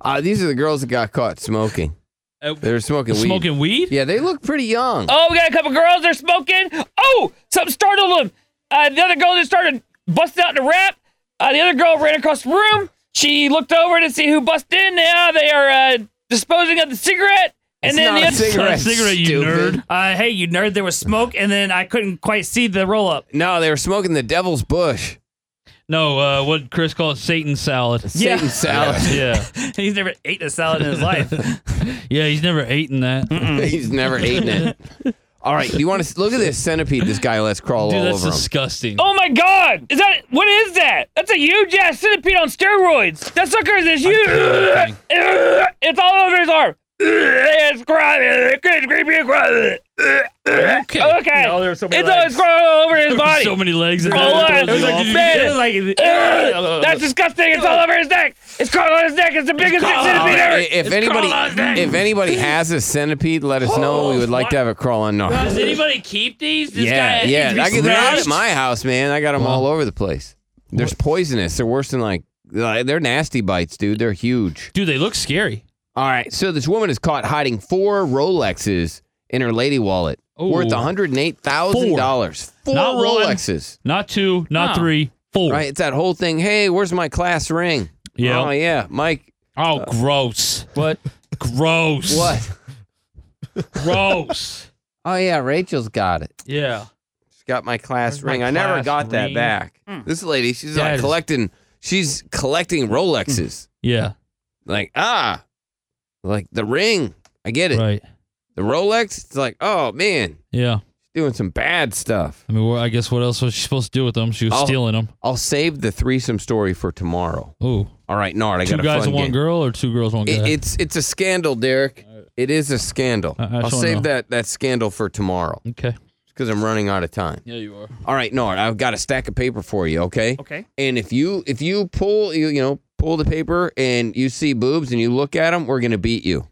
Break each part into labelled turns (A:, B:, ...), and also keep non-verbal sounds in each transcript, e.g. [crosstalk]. A: Uh, these are the girls that got caught smoking.
B: Uh,
A: They were smoking weed.
B: Smoking weed?
A: Yeah, they look pretty young.
B: Oh, we got a couple girls. They're smoking. Oh, something startled them. Uh, the other girl just started busting out in a rap. Uh, the other girl ran across the room. She looked over to see who busted in. Now they are uh, disposing of the cigarette. And
A: It's
B: then
A: not
B: the
A: a
B: other
A: cigarette.
C: A cigarette, you
A: Stupid.
C: nerd. Uh, hey, you nerd. There was smoke, and then I couldn't quite see the roll up.
A: No, they were smoking the devil's bush.
C: No, uh, what Chris calls Satan
A: [laughs]
C: salad.
A: Satan salad.
C: Yeah, [laughs] he's never eaten a salad in
A: [laughs]
C: his life. yeah, he's never eaten that. [laughs]
A: He's never eaten it. All right, you want to look at this centipede? This guy lets crawl
C: Dude,
A: all
C: that's
A: over him.
C: disgusting.
B: Oh my God! Is that what is that? That's a huge ass centipede on steroids. That sucker is huge. [laughs] It's all over his arm. [laughs] It's crawling. It's creepy. and crawling. Okay. Okay.
C: No, there were so many
B: it's
C: legs.
B: all crawling all over his
A: [laughs]
B: body.
C: So many legs. in
B: Oh,
C: that.
B: it was like-
C: Awful.
B: man,
C: It was like-
B: Ugh, [laughs] [laughs] That's disgusting. It's all over his neck. It's crawling on his neck. It's the biggest
A: All
B: centipede ever.
A: right, if anybody, if
C: [laughs]
A: anybody has a centipede, let us know. We would like to have it crawl on. No.
C: Does anybody keep these? This
A: Yeah,
C: guy
A: yeah. I
C: needs to
A: get
C: be
A: they're out at
C: smashed.
A: my house, man. I got them all over the place. There's poisonous. They're worse than like like, they're nasty bites, dude. They're huge.
C: Dude, they look scary.
A: All right. So this woman is caught hiding four Rolexes in her lady wallet,
C: Ooh.
A: worth one hundred and eight thousand dollars. Four
C: Not one.
A: Rolexes.
C: Not two, not
B: Huh.
C: three, four.
A: Right. It's that whole thing. Hey, where's my class ring?
C: Yeah.
A: Oh yeah,
C: [laughs]
A: Mike.
C: Oh, gross. What? Gross.
A: What?
B: [laughs]
C: Gross.
A: Oh yeah, Rachel's got it.
C: yeah.
A: She's got my class
C: Where's my
A: ring. I never
C: class
A: got that
C: ring? Hmm.
A: back. This lady, she's
C: That
A: like
C: is-
A: collecting. She's collecting Rolexes.
C: Yeah.
A: like ah like the ring i get it
C: Right.
A: the rolex it's like oh man
C: Yeah.
A: doing some bad stuff
C: I mean, well, I guess what else was she supposed to do with them? She was
A: Oh.
C: stealing them.
A: i'll save the threesome story for tomorrow
C: Ooh.
A: all right nard i
C: Two
A: got a
C: guys
A: fun
C: and one
A: game.
C: girl, or two girls, one guy?
A: It, it's it's a scandal derek it is a scandal
C: I- I
A: will
C: just wanna
A: save
C: know.
A: that that scandal for tomorrow
C: okay.
A: because i'm running out of time
C: Yeah, you are.
A: all right nard i've got a stack of paper for you okay
C: Okay.
A: and if you if you pull you you know pull the paper and you see boobs and you look at them we're gonna beat you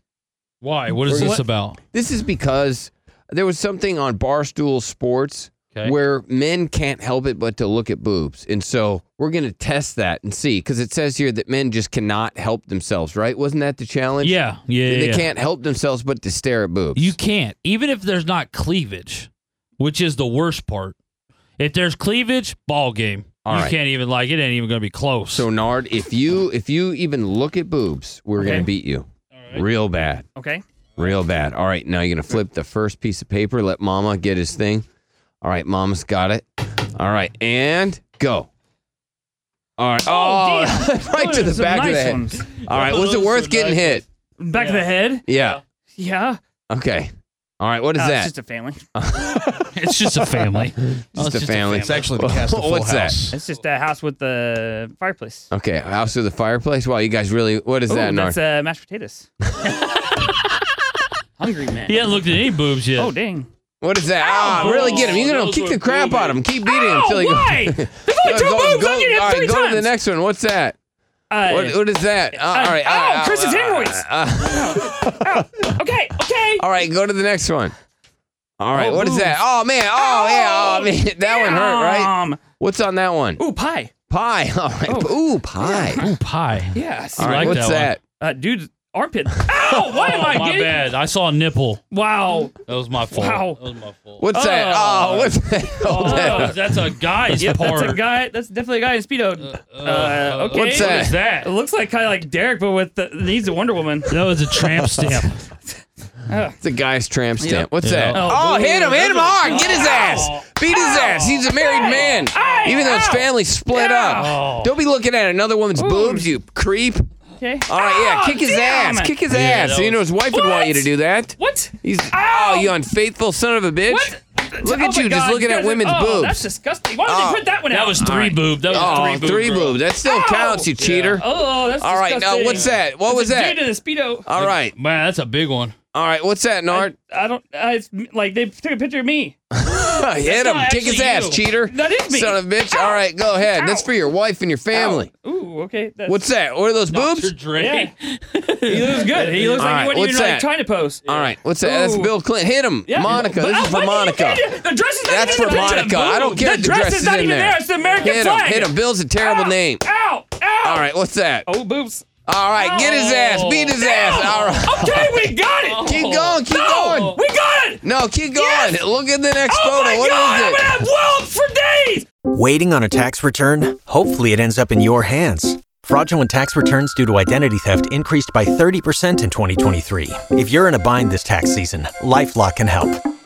C: Why? What is
A: What?
C: this about?
A: This is because there was something on Barstool Sports
C: Okay.
A: where men can't help it but to look at boobs. And so we're going to test that and see because it says here that men just cannot help themselves, right? Wasn't that the challenge?
C: Yeah. Yeah.
A: They
C: yeah.
A: can't help themselves but to stare at boobs.
C: You can't. Even if there's not cleavage, which is the worst part. If there's cleavage, ball game.
A: All
C: you
A: right.
C: can't even like it ain't even gonna be close.
A: so Nard, if you if you even look at boobs, we're going
B: Okay.
A: to beat you. Real bad.
B: Okay.
A: Real bad. All right, now you're going to flip the first piece of paper, let mama get his thing. All right, mama's got it. All right, and go. All right. [laughs]
B: Oh,
A: Oh, right to the
B: Some
A: back of the
B: nice
A: head.
B: ones.
A: All right, was it
C: Those
A: worth
C: are
A: getting
C: nice
A: hit?
B: Back of the head.
A: Yeah.
B: Yeah.
A: Okay. All right, what is
B: Uh,
A: that?
B: It's just a family.
C: [laughs] it's just a family.
A: [laughs] Just a family.
D: It's
A: [laughs]
D: actually the cast of Full
A: What's that?
D: House.
B: It's just a house with the fireplace.
A: okay, house through the fireplace. Wow, you guys really, what is
B: Ooh,
A: that, Nard?
B: that's uh,
A: [laughs]
B: mashed potatoes. Hungry man.
C: He hasn't looked at any boobs yet.
B: Oh dang.
A: what is that? ah, really get him. You're going
C: those
A: to kick
C: were
A: the crap
C: cool,
A: out of him. Keep beating him until he
B: Oh,
A: [laughs]
B: why? There's only two
A: go,
B: moves.
A: go,
B: I did it
A: all
B: three
A: right, go to the
B: times.
A: next one. What's that?
B: Uh,
A: What, what is that? Uh, all right.
B: ow,
A: ah, ah,
B: Oh, Chris's
A: ah,
B: hemorrhoids.
A: ah, ah.
B: okay. Okay.
A: All right, go to the next one. All right,
B: Oh,
A: what is
B: ooh.
A: that? Oh man, oh yeah, oh man, [laughs] that one hurt, right?
B: Um,
A: What's on that one?
B: ooh, pie.
A: Pie. [laughs] All right,
B: Oh.
A: ooh pie.
C: Ooh, pie. Oh,
B: Yes.
A: All right,
C: like
A: what's that?
C: that
B: Uh, dude's armpit.
A: [laughs]
B: Ow! Why am I
C: Oh, my
B: getting?
C: bad. I saw a nipple.
B: Wow.
C: That was my fault.
B: Wow.
C: That was my fault.
A: What's that?
B: Oh.
A: Oh, what's that? [laughs] Hold
C: Oh,
A: that up.
C: that's a guy's
B: Yep,
C: part.
B: that's a guy. That's definitely a guy in speedo. Uh, okay.
A: What's
C: What is
A: that?
B: It
C: that?
B: looks like kind of like Derek, but with the needs of Wonder Woman.
C: That was a tramp stamp.
A: It's a guy's tramp stamp. What's
C: Yeah.
A: that?
B: Oh,
A: Oh, hit him, hit him hard. Get his
B: Ow.
A: ass. Beat his ass. He's a married man.
B: Oh. Hey,
A: Even though his
B: ow. Oh.
A: family split
C: Ow.
A: up. Don't be looking at another woman's boobs, you creep.
B: Okay.
A: All right,
B: Oh,
A: yeah, kick his
B: damn.
A: ass. Kick his
C: Yeah,
A: ass.
C: that
A: You know
C: was-
A: his wife would want you to do that.
B: What?
A: He's
B: Ow.
A: oh, you unfaithful son of a bitch.
B: What?
A: Look at you, just looking at women's
B: oh,
A: boobs.
B: That's disgusting. Why did
A: Oh.
B: you put that one out?
C: That was three
A: right.
C: boob. That was
A: Oh,
C: three boob.
A: three
C: girl.
A: boob. That still
B: Ow!
A: counts, you cheater.
B: Oh, that's
A: All right, now
B: disgusting.
A: what's that? What was
B: It's
A: that?
B: Due to the speedo.
A: All right,
C: Man, that's a big one.
A: all right. What's that,
B: [laughs]
A: Nard?
B: I don't. I, it's like they took a picture of me.
A: [laughs] Hit him,
B: not
A: kick his
B: actually
A: ass,
B: you.
A: cheater.
B: That is me.
A: Son of a bitch. All right, go ahead. That's
B: Ow.
A: for your wife and your family.
B: Ooh, okay. That's,
A: What's that? What are those
C: Dr.
A: boobs?
C: Dre.
B: Yeah. [laughs] he looks good. He looks
A: All
B: like
A: right,
B: he wasn't
A: what's
B: even like
A: that?
B: trying to pose.
A: All right, what's that? That's
B: Ooh.
A: Bill Clinton. Hit him, Monica.
B: But-
A: This is
B: oh,
A: for
B: why did you
A: Monica.
B: do that? The dress is not
A: That's
B: even
A: for
B: in the
A: Monica. I don't care
B: The
A: if the
B: dress,
A: dress
B: is
A: is
B: not
A: in
B: even
A: there.
B: there. It's the American
A: Hit him,
B: flag.
A: hit him. Bill's a terrible
B: Ow,
A: name.
B: Ow! Ow!
A: All right, what's that?
B: Oh, boobs.
A: All right, get his ass, beat his ass. All right,
B: Okay, we got it.
A: keep going, keep
B: No,
A: going.
B: we got it.
A: No, keep going. Look at the next
B: Oh
A: photo.
B: my
A: What
B: god! I'm
A: is
B: gonna
A: it?
B: have whelps for days.
E: Waiting on a tax return? Hopefully, it ends up in your hands. Fraudulent tax returns due to identity theft increased by 30% in 2023. If you're in a bind this tax season, LifeLock can help.